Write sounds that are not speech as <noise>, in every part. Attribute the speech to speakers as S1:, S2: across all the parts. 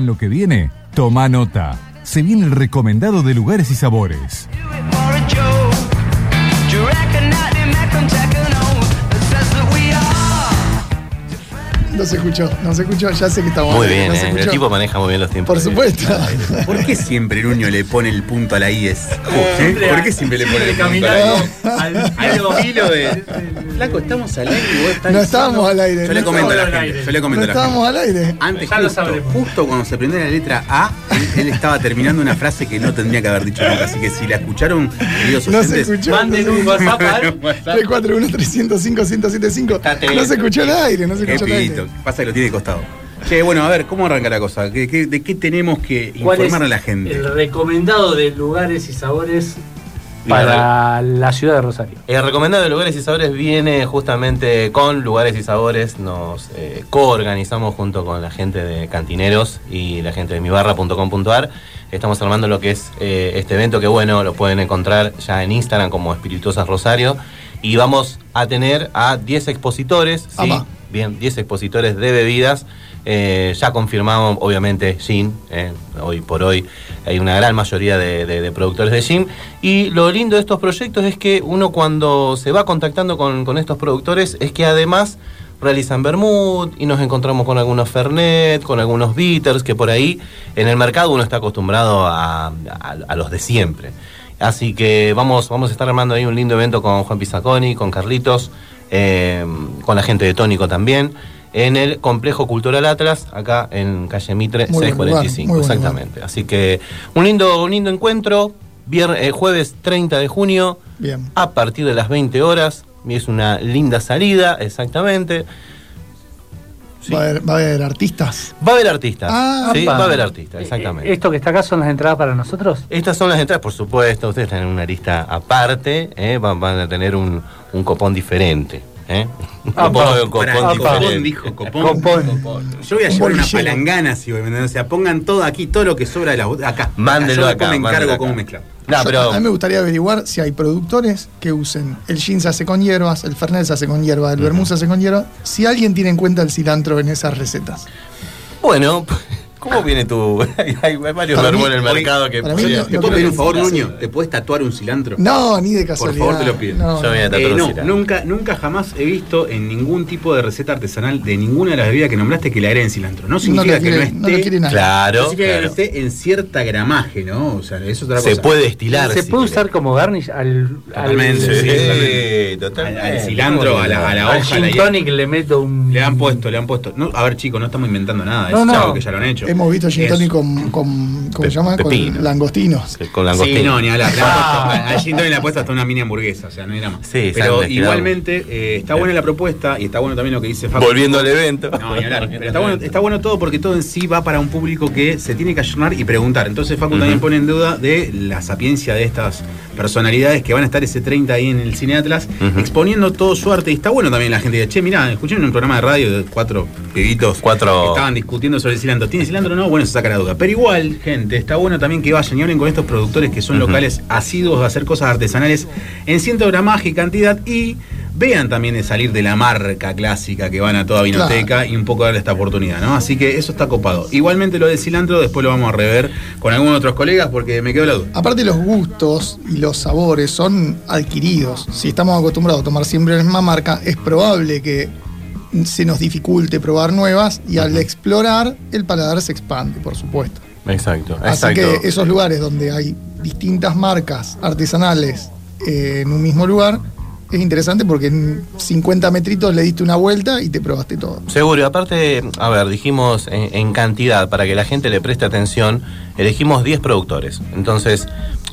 S1: lo que viene? Toma nota. Se viene el recomendado de lugares y sabores.
S2: No se escuchó, no se escuchó, ya sé que estamos
S3: Muy
S2: al aire,
S3: bien,
S2: no
S3: eh,
S2: se
S3: el
S2: escuchó.
S3: tipo maneja muy bien los tiempos.
S2: Por supuesto.
S4: ¿Por qué siempre Nuño le pone el punto a la IES?
S5: Eh, Siempre
S4: ¿Por
S5: a-
S4: qué siempre le pone el punto a la
S5: caminamos
S4: IES?
S5: al,
S4: Hay
S5: al-
S4: dos hilos de. Flaco, estamos al aire y vos estás
S2: No
S4: diciendo-
S2: estábamos al aire,
S4: Yo
S2: no
S4: le comento a la
S5: estábamos al
S4: gente.
S5: aire.
S4: Yo le
S2: No
S4: comento a la gente.
S2: estábamos al aire.
S4: Antes,
S5: Ya lo
S4: justo,
S5: sabremos.
S4: justo cuando se prendió la letra A, él, él estaba terminando una frase que no tendría que haber dicho nunca. Así que si la escucharon, queridos
S2: No se
S4: oyentes.
S2: escuchó.
S5: Manden un
S4: <laughs>
S5: WhatsApp al-
S2: 341 305 1075
S4: Estate
S2: No
S4: bien.
S2: se escuchó al aire, no se
S4: Qué
S2: escuchó al
S4: pibito.
S2: aire.
S4: Pasa que lo tiene de costado. Che, bueno, a ver, ¿cómo arranca la cosa? ¿Qué- qué- de qué tenemos que
S5: ¿Cuál es
S4: informar a la gente?
S5: El recomendado de lugares y sabores
S3: Y
S5: para la ciudad de Rosario.
S3: El Eh, recomendado de Lugares y Sabores viene justamente con Lugares y Sabores. Nos eh, coorganizamos junto con la gente de Cantineros y la gente de mibarra.com.ar. Estamos armando lo que es eh, este evento que, bueno, lo pueden encontrar ya en Instagram como Espirituosas Rosario. Y vamos a tener a 10 expositores, ¿sí?
S2: Ama.
S3: Bien, 10 expositores de bebidas. Eh, ya confirmamos, obviamente, gin. eh, hoy por hoy hay una gran mayoría de, de- de productores de gin. Y lo lindo de estos proyectos es que uno cuando se va contactando con, con estos productores es que además realizan vermut y nos encontramos con algunos fernet, con algunos bitters, que por ahí en el mercado uno está acostumbrado a, a- a los de siempre. Así que vamos, vamos a estar armando ahí un lindo evento con Juan Pizzaconi, con Carlitos, eh, con la gente de Tónico también, en el Complejo Cultural Atlas, acá en calle Mitre
S2: Muy buen lugar,
S3: 645.
S2: muy buen
S3: exactamente. Así que un lindo, un lindo encuentro, vier- eh, jueves 30 de junio,
S2: Bien.
S3: a partir de las 20 horas. Y es una linda salida, exactamente. Sí.
S2: Va, a haber, va a haber artistas.
S3: Va a haber artistas.
S2: Ah,
S3: sí,
S5: apa.
S3: va a haber artistas, exactamente.
S5: Eh, ¿Esto que está acá son las entradas para nosotros?
S3: Estas son las entradas, por supuesto. Ustedes están en una lista aparte. ¿eh? Van, van a tener un, un copón diferente. ¿eh? Un
S5: Apa.
S3: copón, un
S4: Pará,
S3: copón
S4: Copón
S3: diferente.
S4: dijo, Copón.
S5: Copón.
S4: Yo voy a
S2: Un
S4: llevar una
S2: bolillero.
S4: palangana, si voy a vender. O sea, pongan todo aquí, todo lo que sobra de la bot- acá.
S3: Mándelo acá.
S4: Yo después me
S3: mándelo
S4: encargo
S3: acá.
S4: cómo mezclar.
S3: No,
S2: Yo-
S3: pero
S2: a mí me gustaría averiguar si hay productores que usen el gin se hace con hierbas, el fernet se hace con hierbas, el vermouth se hace con hierbas, si alguien tiene en cuenta el cilantro en esas recetas.
S3: bueno, <laughs> ¿cómo viene tu...? <laughs> hay, hay varios
S2: Para
S3: verbos
S2: mí-
S3: en el
S4: hoy-
S3: mercado que...
S2: para mí
S3: podría-
S2: no-
S4: ¿Te
S2: no creo
S4: puedo pedir
S2: que
S4: un favor,
S2: sea así.
S4: Nuño? ¿Te puedes tatuar un cilantro?
S2: No, ni de
S4: favor,
S2: casualidad.
S4: te lo pido.
S2: No,
S3: Yo voy a
S2: no.
S3: tratar
S4: Eh,
S3: un
S4: no,
S3: cilantro.
S4: nunca, nunca jamás he visto en ningún tipo de receta artesanal de ninguna de las bebidas que nombraste que le agreguen cilantro. No
S2: No
S4: significa
S2: lo quiere,
S4: que
S2: no
S4: no
S2: lo
S4: esté.
S2: quiere nadie.
S3: Claro,
S4: no significa que no
S3: claro.
S4: esté en cierta gramaje, ¿no? O sea, eso es otra cosa.
S3: Se puede estilar.
S5: ¿Se
S3: si
S5: puede
S3: querés.
S5: usar como garnish al, eh, al,
S4: Totalmente, sí, totalmente.
S3: totalmente.
S4: Al- al cilantro, a la- a la
S5: al
S4: hoja,
S5: gin
S4: la-
S5: tonic? Le meto un.
S4: Le han puesto, le han puesto. No, a ver, chicos, no estamos inventando nada.
S5: No,
S4: es
S5: no.
S4: chavo que ya lo han hecho.
S2: Hemos visto gin
S4: Es-
S2: tonic con, con ¿cómo
S3: Pe-
S2: se llama?
S3: pepino.
S2: Con langostinos.
S3: Con langostino.
S4: Sí, no, ni
S3: <laughs>
S4: hablar. Le han puesto- Al gin tonic le han puesto hasta una mini hamburguesa, o sea, no hay drama.
S3: Sí,
S4: Pero
S3: exacto,
S4: igualmente eh, está buena la propuesta y está bueno también lo que dice Facu.
S3: Volviendo al evento. <laughs>
S4: No, ni hablar. Pero está bueno, está bueno todo porque todo en sí va para un público que se tiene que ayornar y preguntar. Entonces Facu también
S3: Ujú.
S4: pone en duda de la sapiencia de estas personalidades que van a estar ese 30 ahí en el Cine Atlas
S3: Ujú.
S4: exponiendo todo su arte. Y está bueno también la gente diga, che, mirá, escuché en un programa de radio de cuatro pibitos
S3: Cuatro-
S4: que estaban discutiendo sobre el cilantro. ¿Tiene cilantro o no? Bueno, se saca la duda. Pero igual, gente, está bueno también que vayan y hablen con estos productores que son
S3: Ujú.
S4: locales asiduos de hacer cosas artesanales en ciento gramaje y cantidad y vean también de salir de la marca clásica que van a toda vinoteca y un poco darle esta oportunidad, ¿no? Así que eso está copado. Igualmente lo del cilantro después lo vamos a rever con algunos otros colegas porque me quedó la duda.
S2: Aparte los gustos y los sabores son adquiridos. Si estamos acostumbrados a tomar siempre la misma marca, es probable que se nos dificulte probar nuevas y al explorar el paladar se expande, por supuesto.
S3: Exacto,
S2: Así
S3: exacto.
S2: que esos lugares donde hay distintas marcas artesanales eh, en un mismo lugar, es interesante porque en 50 metritos le diste una vuelta y te probaste todo.
S3: Seguro, y aparte, a ver, dijimos en, en cantidad, para que la gente le preste atención, elegimos 10 productores. Entonces,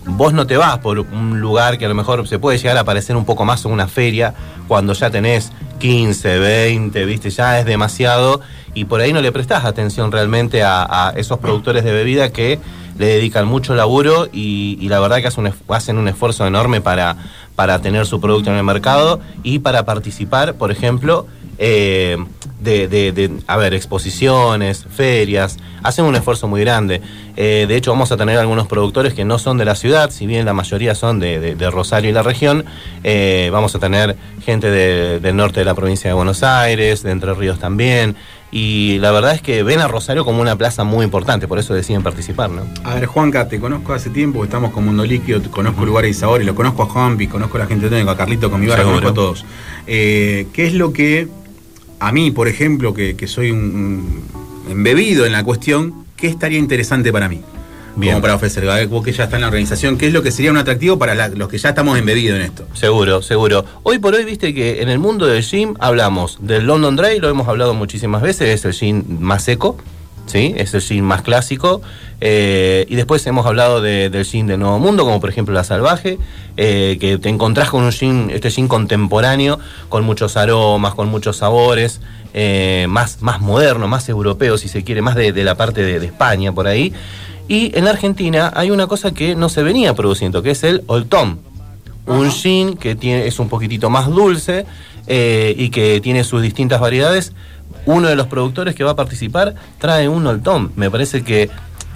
S3: vos no te vas por un lugar que a lo mejor se puede llegar a parecer un poco más a una feria, cuando ya tenés 15, 20, viste, ya es demasiado, y por ahí no le prestás atención realmente a, a esos productores de bebida que le dedican mucho laburo y, y la verdad que hacen un, es- hacen un esfuerzo enorme para, para tener su producto en el mercado y para participar, por ejemplo, eh, de, de- de, a ver, exposiciones, ferias, hacen un esfuerzo muy grande. Eh, de hecho, vamos a tener algunos productores que no son de la ciudad, si bien la mayoría son de, de- de Rosario y la región, eh, vamos a tener gente de- del norte de la provincia de Buenos Aires, de Entre Ríos también, y la verdad es que ven a Rosario como una plaza muy importante, por eso deciden participar, ¿no?
S4: A ver, Juanca, te conozco hace tiempo, estamos con Mundo Líquido, te conozco lugares y sabores, lo conozco a Juanpi, conozco a la gente técnica, a Carlito, con mi barra,
S3: Seguro.
S4: conozco a todos. Eh, ¿Qué es lo que a mí, por ejemplo, que, que soy un, un embebido en la cuestión, qué estaría interesante para mí?
S3: Bien.
S4: Como para ofrecer, a ver, vos que ya está en la organización, ¿qué es lo que sería un atractivo para la- los que ya estamos embebidos en esto?
S3: Seguro, seguro. Hoy por hoy, viste que en el mundo del gym hablamos del London Dry, lo hemos hablado muchísimas veces, es el gym más seco, ¿sí? Es el gym más clásico. eh, y después hemos hablado de- del gym del Nuevo Mundo, como por ejemplo La Salvaje, eh, que te encontrás con un gym, este gym contemporáneo, con muchos aromas, con muchos sabores, eh, más, más moderno, más europeo, si se quiere, más de, de la parte de- de España, por ahí. Y en la Argentina hay una cosa que no se venía produciendo, que es el Old Tom. Un gin que tiene, es un poquitito más dulce eh, y que tiene sus distintas variedades. Uno de los productores que va a participar trae un Old Tom. Me parece que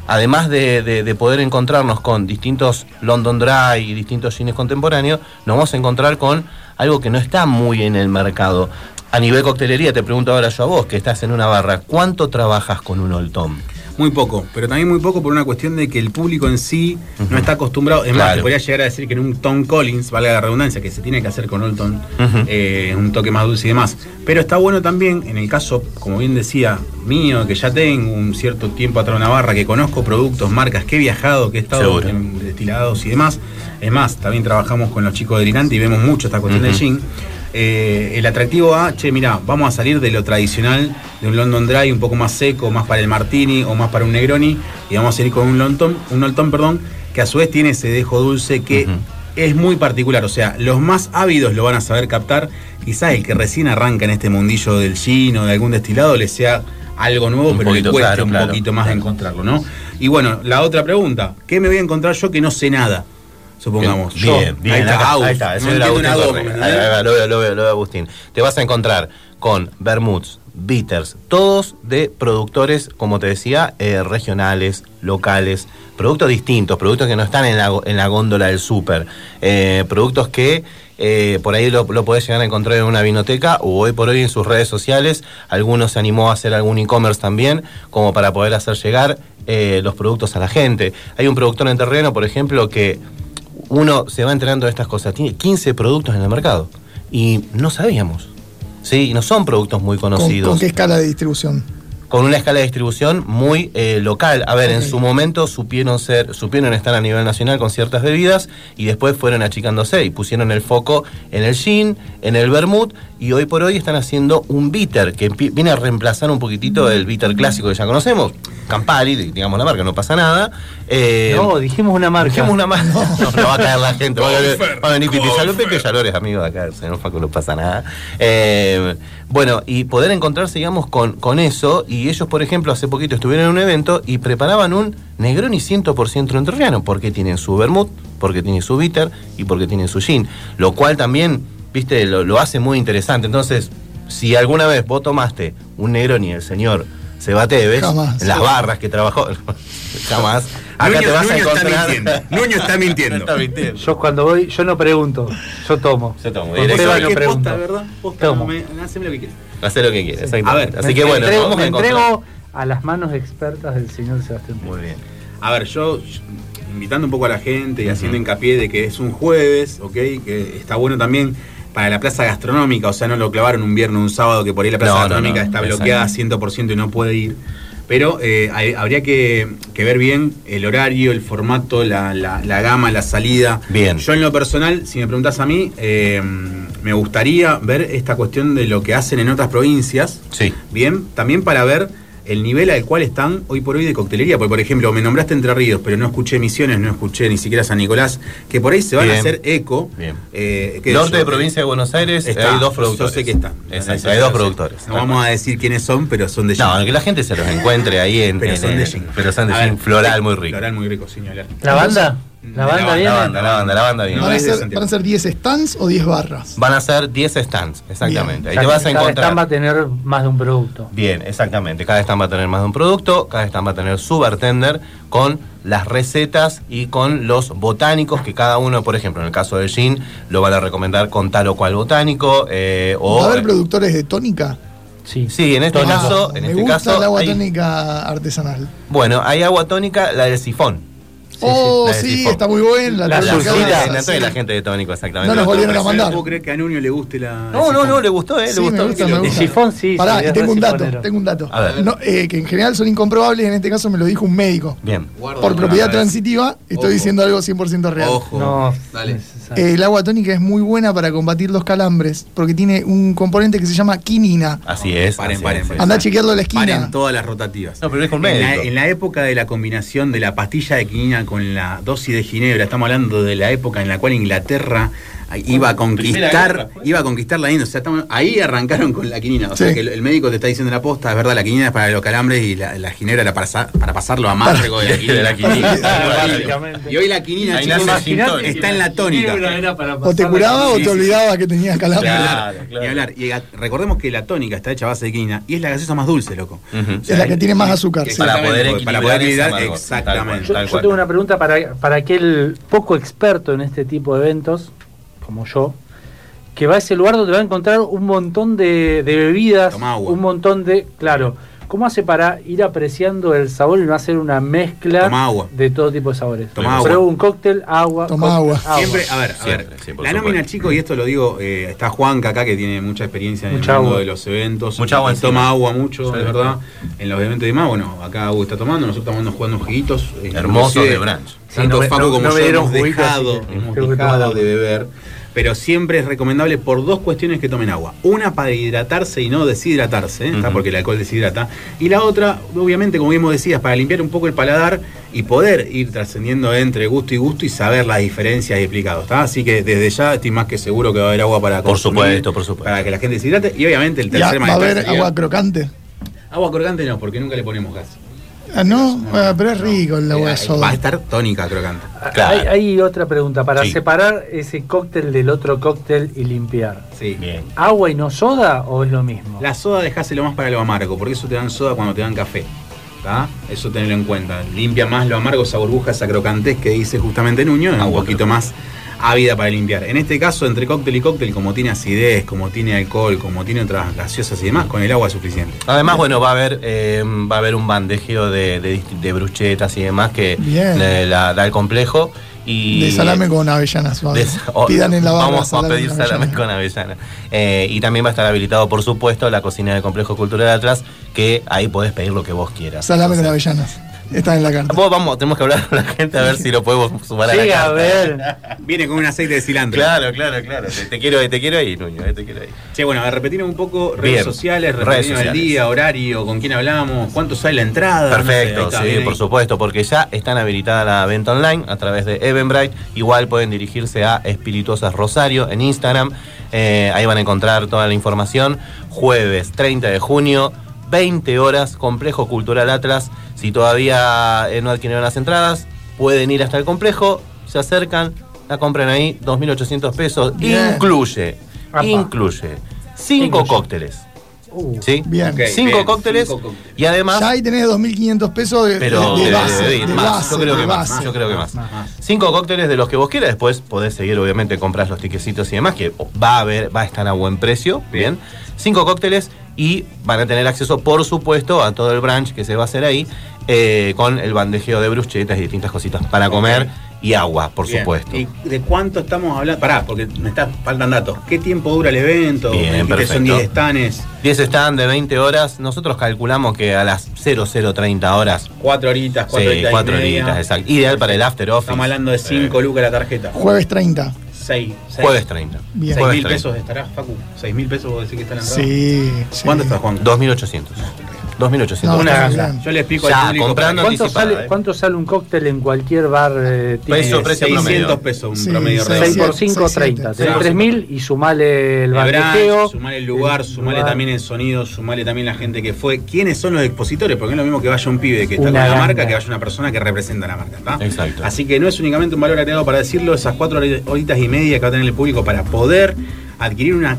S3: además de, de- de poder encontrarnos con distintos London Dry y distintos gines contemporáneos, nos vamos a encontrar con algo que no está muy en el mercado. A nivel coctelería, te pregunto ahora yo a vos, que estás en una barra, ¿cuánto trabajas con un Old Tom?
S4: Muy poco, pero también muy poco por una cuestión de que el público en sí no está acostumbrado. Es más,
S3: Claro.
S4: te podría llegar a decir que en un Tom Collins, valga la redundancia, que se tiene que hacer con Olton, eh,
S3: Ujú.
S4: un toque más dulce y demás. Pero está bueno también, en el caso, como bien decía, mío, que ya tengo un cierto tiempo atrás una barra, que conozco productos, marcas, que he viajado, que he estado
S3: Seguro.
S4: en destilados y demás. Es más, también trabajamos con los chicos de Drinante y vemos mucho esta cuestión del
S3: Ujú.
S4: gin. Eh, el atractivo a, che, mirá, vamos a salir de lo tradicional, de un London Dry un poco más seco, más para el martini o más para un Negroni, y vamos a ir con un London, un Old Tom, perdón, que a su vez tiene ese dejo dulce que
S3: Ujú.
S4: es muy particular, o sea, los más ávidos lo van a saber captar, quizás el que recién arranca en este mundillo del gin o de algún destilado le sea algo nuevo,
S3: Un
S4: pero
S3: poquito,
S4: le cuesta
S3: claro,
S4: un
S3: claro.
S4: poquito más de encontrarlo, ¿no? Y bueno, la otra pregunta, ¿qué me voy a encontrar yo que no sé nada? Supongamos. yo,
S3: Bien, bien.
S4: ahí está,
S3: acá,
S4: Aus,
S3: ahí está,
S4: no
S3: ese era
S4: entiendo ¿eh? una
S3: Agustín
S4: goma,
S3: Correa.
S4: ¿no?
S3: Ahí va, lo veo, lo veo, lo veo, Agustín. Te vas a encontrar con vermuts, bitters, todos de productores, como te decía, eh, regionales, locales, productos distintos, productos que no están en la, go- en la góndola del súper, eh, productos que eh, por ahí lo, lo podés llegar a encontrar en una vinoteca o hoy por hoy en sus redes sociales. Algunos se animó a hacer algún e-commerce también, como para poder hacer llegar eh, los productos a la gente. Hay un productor en terreno, por ejemplo, que uno se va enterando de estas cosas. Tiene 15 productos en el mercado y no sabíamos. Sí, y no son productos muy
S2: ¿Con,
S3: conocidos.
S2: con qué escala de distribución?
S3: Con una escala de distribución muy eh, local. A ver, en
S2: Ok.
S3: su momento supieron ser, supieron estar a nivel nacional con ciertas bebidas y después fueron achicándose y pusieron el foco en el gin, en el vermut y hoy por hoy están haciendo un bitter que empi- viene a reemplazar un poquitito el bitter clásico que ya conocemos, Campari, digamos la marca, no pasa nada. Eh,
S5: No, dijimos una marca.
S3: Dejemos una mano. <laughs> No, no va a caer la gente. Va a, caer- va a venir Piti Salud. Pepe Yalores, amigo de acá, señor Facu, no pasa nada. Eh, bueno, y poder encontrarse, digamos, con, con eso. Y ellos, por ejemplo, hace poquito estuvieron en un evento y preparaban un Negroni 100% entrerriano. Porque tienen su vermut, porque tienen su bitter y porque tienen su gin. Lo cual también, viste, lo, lo hace muy interesante. Entonces, si alguna vez vos tomaste un Negroni, el señor Cebateves,
S2: Jamás.
S3: en las barras que trabajó, <laughs> jamás, acá
S4: Nuño-
S3: te vas a
S4: Nuño está
S3: encontrar. <laughs>
S4: mintiendo. Nuño está mintiendo.
S3: Está mintiendo.
S5: Yo cuando voy, yo no pregunto, yo tomo.
S3: Yo tomo,
S5: Con
S3: directo.
S5: Seba
S3: ¿Sabés
S5: no
S3: qué?
S5: pregunto. Tomo.
S4: haceme lo que quieras.
S3: Hacé lo que quieras. exactamente.
S4: A ver,
S3: así que
S5: Me
S3: bueno,
S5: entrego-
S3: nos vamos
S5: me
S3: a encontrar.
S5: entrego a las manos expertas del señor Sebastián Pérez.
S3: Muy bien.
S4: A ver, yo yo, invitando un poco a la gente y haciendo hincapié de que es un jueves, ¿ok? Que está bueno también para la plaza gastronómica, o sea, no lo clavaron un viernes, un sábado, que por ahí la plaza
S3: No, no,
S4: gastronómica
S3: no,
S4: está
S3: exacto.
S4: bloqueada 100% y no puede ir. Pero eh, hay- habría que, que ver bien el horario, el formato, la, la- la gama, la salida.
S3: Bien.
S4: Yo en lo personal, si me preguntás a mí, eh, me gustaría ver esta cuestión de lo que hacen en otras provincias.
S3: Sí.
S4: Bien, también para ver el nivel al cual están hoy por hoy de coctelería. Porque, por ejemplo, me nombraste Entre Ríos, pero no escuché Misiones, no escuché ni siquiera San Nicolás, que por ahí se van a
S3: Bien.
S4: hacer eco.
S3: Bien.
S4: eh, que
S3: Norte
S4: yo-
S3: de provincia de Buenos Aires,
S4: Está,
S3: hay dos productores.
S4: Yo sé que están.
S3: Exacto, hay dos productores.
S4: No vamos a decir quiénes son, pero son de
S3: No,
S4: gin.
S3: que la gente se los encuentre ahí en.
S4: pero,
S3: en-
S4: son de
S3: en-
S4: gin.
S3: pero son de
S4: A ver,
S3: gin floral muy rico.
S4: Floral muy rico, señalar.
S5: ¿La banda?
S4: La
S5: ¿La banda
S4: banda,
S5: viene?
S3: La banda, la banda, la banda bien.
S4: No,
S2: ¿Van a
S4: es de
S2: ser-
S4: Santiago.
S2: ¿Van a ser 10 stands o 10 barras?
S3: Van a ser 10 stands, exactamente. Ahí te vas a
S5: Cada stand va a
S3: encontrar.
S5: tener más de un producto.
S3: Bien, exactamente. Cada stand va a tener más de un producto, cada stand va a tener su bartender con las recetas y con los botánicos que cada uno, por ejemplo, en el caso del gin, lo van a recomendar con tal o cual botánico. eh, o
S2: ¿Va a haber productores de tónica? Ah,
S5: Sí.
S3: Sí, en este
S5: Tonazo.
S3: caso, en
S2: me
S3: este
S2: gusta
S3: caso
S2: el agua
S3: hay-
S2: tónica artesanal.
S3: bueno, hay agua tónica, la del sifón.
S2: oh,
S3: la de
S2: sí,
S3: sifón.
S2: está muy buena.
S5: La
S3: La,
S2: tónica
S5: surfita.
S2: ahora,
S3: de la-
S2: sí.
S3: la gente de Tónico, exactamente.
S2: No nos
S3: La-
S2: volvieron a mandar.
S4: No puedo creer que a Nuño le guste la.
S3: No, no, no, le gustó, eh,
S2: Sí,
S3: le
S2: me
S3: gustó.
S2: gusta,
S3: que
S2: me
S3: lo-
S5: El
S2: gusta.
S5: sifón sí.
S2: Pará,
S5: sí,
S2: y
S5: es
S2: tengo un dato,
S5: sifonero.
S2: tengo un dato.
S3: A ver.
S2: No, eh, que en general son incomprobables, en este caso me lo dijo un médico.
S3: Bien.
S6: Guarda
S2: Por
S6: una
S2: propiedad
S6: vez.
S2: transitiva, estoy
S6: Ojo.
S2: diciendo algo 100% real. Eh,
S6: Ojo.
S5: No,
S6: Dale.
S5: necesario.
S2: El agua tónica es muy buena para combatir los calambres, porque tiene un componente que se llama quinina.
S3: Así es.
S4: Paren,
S3: así
S4: paren,
S3: es.
S4: paren.
S2: Andá a chequearlo a la esquina.
S4: Paren todas las rotativas.
S3: No, pero es un
S4: En la,
S3: médico.
S4: en la época de la combinación de la pastilla de quinina con la dosis de ginebra, estamos hablando de la época en la cual Inglaterra ah, iba
S3: Primera
S4: a conquistar,
S3: guerra.
S4: iba a conquistar la India. O sea, estamos- ahí arrancaron con la quinina. O sea,
S2: Sí.
S4: que el, el médico te está diciendo la posta, es verdad, la quinina es para los calambres y la, la ginebra era para, sa- para
S2: <laughs>
S4: pasarlo a amargo de la quinina.
S3: De la quinina.
S5: Básicamente.
S4: Y hoy la quinina,
S3: Ahí
S4: chicos,
S3: nace el gin
S5: Imaginate
S3: tonic.
S5: que
S4: está en la tónica.
S5: ginebra era para
S2: O te
S5: pasarla
S2: curaba
S5: con-
S2: o te olvidabas que tenías calambre.
S3: Claro, claro.
S4: Y hablar. Y a- recordemos que la tónica está hecha a base de quinina y es la gaseosa más dulce, loco.
S3: Ujú.
S2: Es la que tiene más azúcar.
S4: Exacto.
S2: sí.
S3: Para poder
S4: Exactamente,
S3: equilibrar,
S4: para poder
S3: ese
S4: equilibrar,
S3: amargo.
S4: exactamente.
S3: Tal cual, tal
S5: Yo, yo tengo
S3: cual.
S5: una pregunta para, para aquel poco experto en este tipo de eventos, como yo, que va a ese lugar donde va a encontrar un montón de, de bebidas,
S4: Toma agua.
S5: un montón de... Claro, ¿cómo hace para ir apreciando el sabor y no hacer una mezcla
S4: Toma agua.
S5: de todo tipo de sabores?
S4: Toma agua.
S5: Prueba un cóctel, agua. Ah,
S2: Toma
S5: cóctel,
S2: agua.
S4: Siempre, a ver, a
S3: Siempre,
S4: ver.
S3: sí, por
S4: la
S3: supuesto.
S4: nómina, chicos, y esto lo digo, eh, está Juanca acá que tiene mucha experiencia en
S5: Mucha
S4: el mundo
S5: agua.
S4: de los eventos.
S3: Mucha agua
S4: Y
S3: encima.
S4: Toma agua mucho,
S3: Sí.
S4: de verdad. En los eventos y demás, bueno, acá Hugo está tomando, nosotros estamos jugando unos juguitos. eh,
S3: Hermoso
S4: inclusive,
S3: de brunch.
S5: Sí,
S4: Tanto
S5: no me-
S4: Facu
S5: no-
S4: como
S5: no me
S4: yo
S5: dieron
S4: hemos
S5: juguito,
S4: dejado,
S5: así que
S4: hemos
S5: tengo que
S4: dejado
S5: tomar
S4: de beber. Pero siempre es recomendable por dos cuestiones que tomen agua. Una para hidratarse y no deshidratarse, ¿eh? ¿Está?
S3: Ujú.
S4: porque el alcohol deshidrata. Y la otra, obviamente, como mismo decías, para limpiar un poco el paladar y poder ir trascendiendo entre gusto y gusto y saber las diferencias y explicados. ¿está? Así que desde ya estoy más que seguro que va a haber agua para
S3: Por
S4: consumir,
S3: supuesto, por supuesto.
S4: Para que la gente deshidrate. Y obviamente el
S2: Y a-
S4: tercer
S2: va a
S4: malestar
S2: haber
S4: sería-
S2: agua crocante.
S4: agua corgante no, porque nunca le ponemos gas.
S2: Ah, no, Ah, pero es
S4: No.
S2: rico el agua de
S4: Eh, Va a
S2: soda.
S4: estar tónica crocante.
S3: Claro.
S5: Hay, hay otra pregunta, para
S3: Sí.
S5: separar ese cóctel del otro cóctel y limpiar.
S4: Sí.
S3: Bien.
S5: ¿Agua y no soda o es lo mismo?
S4: La soda dejáselo más para lo amargo, porque eso te dan soda cuando te dan café. ¿tá? Eso tenelo en cuenta. Limpia más lo amargo, esa burbuja, esa crocantez que dice justamente Nuño, es un
S3: Agua,
S4: poquito más ávida para limpiar. En este caso, entre cóctel y cóctel, como tiene acidez, como tiene alcohol, como tiene otras gaseosas y demás, con el agua es suficiente.
S3: Además, bueno, va a haber, eh, va a haber un bandejeo de, de, dist- de bruchetas y demás que
S2: Bien.
S3: le- la- da el complejo. Y
S2: De salame con avellana suave.
S3: de- o-
S2: Pidan en la barra
S3: Vamos a
S2: salame
S3: pedir
S2: con
S3: salame
S2: avellana.
S3: con avellana. Eh, y también va a estar habilitado, por supuesto, la cocina del Complejo Cultural de Atlas, que ahí podés pedir lo que vos quieras.
S2: Salame con
S3: Entonces,
S2: avellanas. Está en la carta.
S3: Vos vamos, tenemos que hablar con la gente a ver si lo podemos sumar a la
S5: Llega a
S3: carta.
S5: ver.
S4: <laughs> Viene con un aceite de cilantro.
S3: Claro, claro, claro. Te, te quiero, te quiero ahí, Nuño, eh, te quiero ahí.
S4: Che, bueno, a ver, repetimos un poco redes
S3: Bien.
S4: sociales,
S3: Redes
S4: repetimos el
S3: sociales.
S4: día, horario, con quién hablamos, cuánto sale la entrada. Ah, no sé, ahí
S3: Perfecto,
S4: está,
S3: sí,
S4: bien ahí.
S3: por supuesto, porque ya están habilitada la venta online a través de Eventbrite. Igual pueden dirigirse a Espirituosas Rosario en Instagram. Eh, ahí van a encontrar toda la información. Jueves 30 de junio, 20 horas, Complejo Cultural Atlas. Si todavía eh, no adquirieron las entradas, pueden ir hasta el complejo, se acercan, la compran ahí, 2.800 pesos.
S2: Bien.
S3: Incluye,
S5: Apa.
S3: incluye cinco
S5: Incluye.
S3: cócteles.
S5: Uh.
S3: ¿sí?
S2: Bien.
S4: Ok,
S3: cinco
S4: bien,
S3: cócteles
S4: cinco cócteles.
S3: y además
S2: Ya ahí tenés 2.500 pesos de,
S3: pero
S2: de- de
S3: de-
S2: base.
S3: de- de-
S2: de
S3: más,
S2: base,
S3: yo creo
S2: de
S3: que más,
S2: base.
S3: yo creo que más.
S4: Más.
S3: Cinco cócteles de los que vos quieras, después podés seguir obviamente compras los tiquecitos y demás que va a haber, va a estar a buen precio, bien. Cinco cócteles y van a tener acceso por supuesto a todo el brunch que se va a hacer ahí eh, con el bandejeo de bruchetas y distintas cositas para comer y agua, por
S4: Bien.
S3: supuesto.
S4: ¿Y de cuánto estamos hablando? Pará, porque me está, faltan datos. ¿Qué tiempo dura el evento?
S3: Bien,
S4: Me dijiste que Son
S3: perfecto.
S4: 10 estanes,
S3: 10 están de 20 horas, nosotros calculamos que a las 0030 horas
S4: 4 horitas, 4
S3: Sí,
S4: horitas.
S3: cuatro
S4: y media.
S3: horitas, exacto. Ideal para el after office. Eh,
S4: Estamos hablando de 5 lucas la tarjeta.
S2: Jueves 30.
S4: 6.
S3: Jueves 30.
S2: Bien.
S4: 6
S3: Jueves
S4: mil
S3: 30.
S4: pesos estará, Facu. 6 mil pesos vos decís que está en la entrada.
S2: Sí. sí.
S4: ¿Cuánto está, Juan?
S3: 2.800. 2.800.
S2: No,
S5: Una
S2: está
S5: ganga.
S2: bien.
S4: Yo le explico
S3: Ya,
S4: al público.
S3: comprando
S4: para
S5: ¿Cuánto
S3: anticipada,
S5: sale,
S3: eh.
S5: ¿Cuánto sale un cóctel en cualquier bar eh,
S4: que-
S3: Precio,
S4: eh,
S3: precio
S4: 600
S3: promedio.
S4: pesos un
S2: Sí,
S4: promedio
S2: sí,
S4: real.
S5: 6 por
S2: Sí,
S5: 5,
S2: sí,
S5: 30.
S2: sí.
S5: Tenés 3.000 y sumale el
S4: El branch,
S5: bandejeo.
S4: sumale el lugar, sumale también el sonido, sumale también la gente que fue. ¿Quiénes son los expositores? Porque no es lo mismo que vaya un pibe que está
S5: Una
S4: con la
S5: ganga.
S4: marca que vaya una persona que representa la marca. ¿tá?
S3: Exacto.
S4: Así que no es únicamente un valor agregado para decirlo, esas cuatro hori- horitas y media que va a tener el público para poder adquirir una.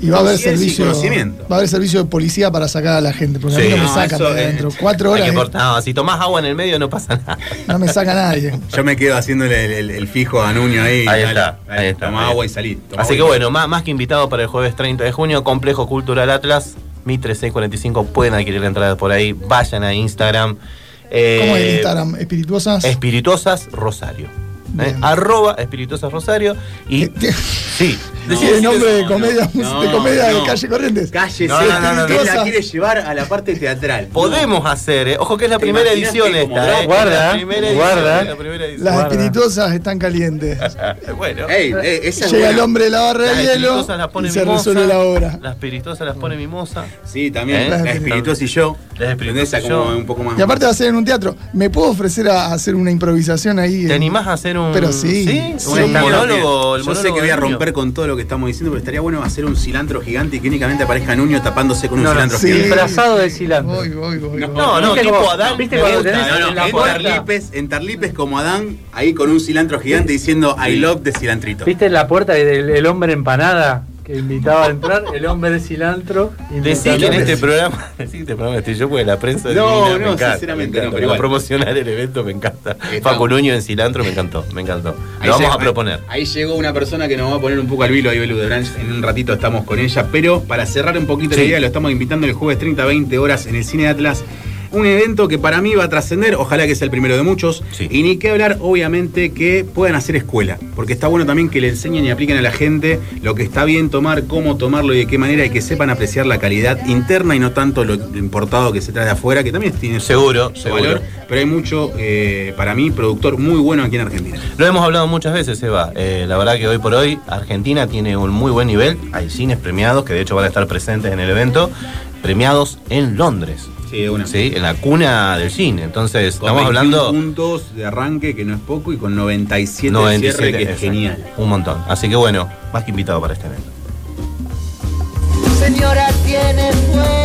S2: Y va a haber
S4: Ciencia y
S2: servicio.
S4: conocimiento.
S2: Va a haber servicio de policía para sacar a la gente. Porque
S3: Sí.
S2: a mí no me
S4: No,
S2: sacan
S4: eso
S2: de
S4: es-
S2: adentro. Cuatro
S3: Hay
S2: horas.
S3: que
S2: eh,
S3: cortar. No, si tomás agua en el medio no pasa nada.
S2: no me saca nadie.
S4: Yo me quedo haciéndole el, el- el fijo a Nuño <laughs> ahí.
S3: Ahí
S4: dale,
S3: está,
S4: dale,
S3: ahí está,
S4: Toma
S3: ahí
S4: agua y
S3: está.
S4: salí. toma
S3: Así que
S4: agua y
S3: bueno, más, más que invitado para el jueves 30 de junio, Complejo Cultural Atlas, Mitre 645. Pueden adquirir entradas por ahí. Vayan a Instagram. eh,
S2: ¿Cómo es el Instagram? Espirituosas.
S3: Espirituosas Rosario. ¿eh?
S2: Bien.
S3: Arroba Espirituosas Rosario.
S2: <laughs>
S3: Y
S2: Tiene-
S3: sí. decí-
S2: Tiene
S3: decí-
S2: nombre de
S4: no,
S2: comedia,
S4: no,
S2: de comedia
S4: no.
S2: de calle Corrientes.
S4: Cállese,
S3: No, no, no, no,
S4: él
S2: no.
S4: la quiere llevar a la parte teatral.
S3: Podemos hacer, ¿eh? Ojo que es la
S4: ¿Te
S3: primera
S4: imaginas
S3: edición
S4: que como
S3: esta. ¿eh?
S5: guarda,
S3: la primera edición,
S5: guarda.
S3: es la primera edición.
S2: Las <laughs>
S5: Guarda.
S2: espirituosas están
S3: <laughs>
S2: calientes.
S3: Bueno.
S4: Ey, ey, esa es
S2: Llega el
S4: buena.
S2: hombre de la barra
S3: Las
S2: de hielo
S3: espirituosas las pone
S2: y se
S3: mimosa.
S2: resuelve la obra.
S3: Las espirituosas las pone mimosa.
S4: Sí, también.
S3: ¿Eh?
S4: La espirituosa y yo.
S3: La espirituosa y
S4: Esa como
S3: yo.
S4: un poco más.
S2: Y aparte va a ser en un teatro. ¿Me puedo ofrecer a hacer una improvisación ahí?
S3: ¿Te animás a hacer un,
S2: Pero sí, sí.
S3: un
S2: Yo
S3: monólogo? el
S4: Yo sé
S3: monólogo
S4: que voy a
S3: de Nuño?
S4: romper con todo lo que estamos diciendo, pero estaría bueno hacer un cilantro gigante y que únicamente aparezca Nuño tapándose con un
S5: No, no,
S4: cilantro
S5: sí.
S4: gigante.
S5: Disfrazado de cilantro.
S2: Voy, voy, voy. voy.
S3: No, no,
S5: ¿Viste
S3: tipo
S5: cómo-
S3: Adán.
S5: ¿Viste
S3: me
S5: cuando
S3: gusta,
S5: tenés
S3: ¿eh?
S5: en la
S4: en,
S5: puerta?
S4: Tarlipes, en Tarlipes como Adán, ahí con un cilantro gigante diciendo I love de cilantrito.
S5: ¿Viste la puerta del el hombre empanada que invitaba a entrar? El hombre de cilantro.
S3: Decí que en
S5: invitaba-
S3: este programa, <laughs> decí que este programa estoy yo porque la prensa es
S4: No,
S3: divina,
S4: no,
S3: me encanta,
S4: sinceramente
S3: me encanta.
S4: no, pero
S3: Para
S4: igual.
S3: promocionar el evento me encanta.
S4: Está.
S3: Facu Nuño en cilantro me encantó, me encantó. Lo vamos
S4: llega-
S3: a proponer.
S4: Ahí llegó una persona que nos va a poner un poco al vilo ahí, Belu de Branch. En un ratito estamos con ella. Pero para cerrar un poquito la
S3: Sí.
S4: idea, lo estamos invitando el jueves 30, 20 horas en el Cine Atlas. Un evento que para mí va a trascender, ojalá que sea el primero de muchos.
S3: Sí.
S4: Y ni que hablar, obviamente, que puedan hacer escuela. Porque está bueno también que le enseñen y apliquen a la gente lo que está bien tomar, cómo tomarlo y de qué manera. Y que sepan apreciar la calidad interna y no tanto lo importado que se trae de afuera, que también tiene su-
S3: Seguro,
S4: su
S3: seguro.
S4: valor. Pero hay mucho, eh, para mí, productor muy bueno aquí en Argentina.
S3: Lo hemos hablado muchas veces, Eva. Eh, la verdad que hoy por hoy Argentina tiene un muy buen nivel. Hay cines premiados que de hecho van a estar presentes en el evento, premiados en Londres,
S4: Sí, de una.
S3: ¿sí? en la cuna del cine. Entonces,
S4: Con
S3: estamos
S4: 21
S3: hablando
S4: puntos de arranque que no es poco y con 97, de
S3: 97,
S4: cierre que es
S3: exacto,
S4: genial.
S3: Un montón. Así que bueno, más que invitado para este evento.
S6: Señora tiene fuego.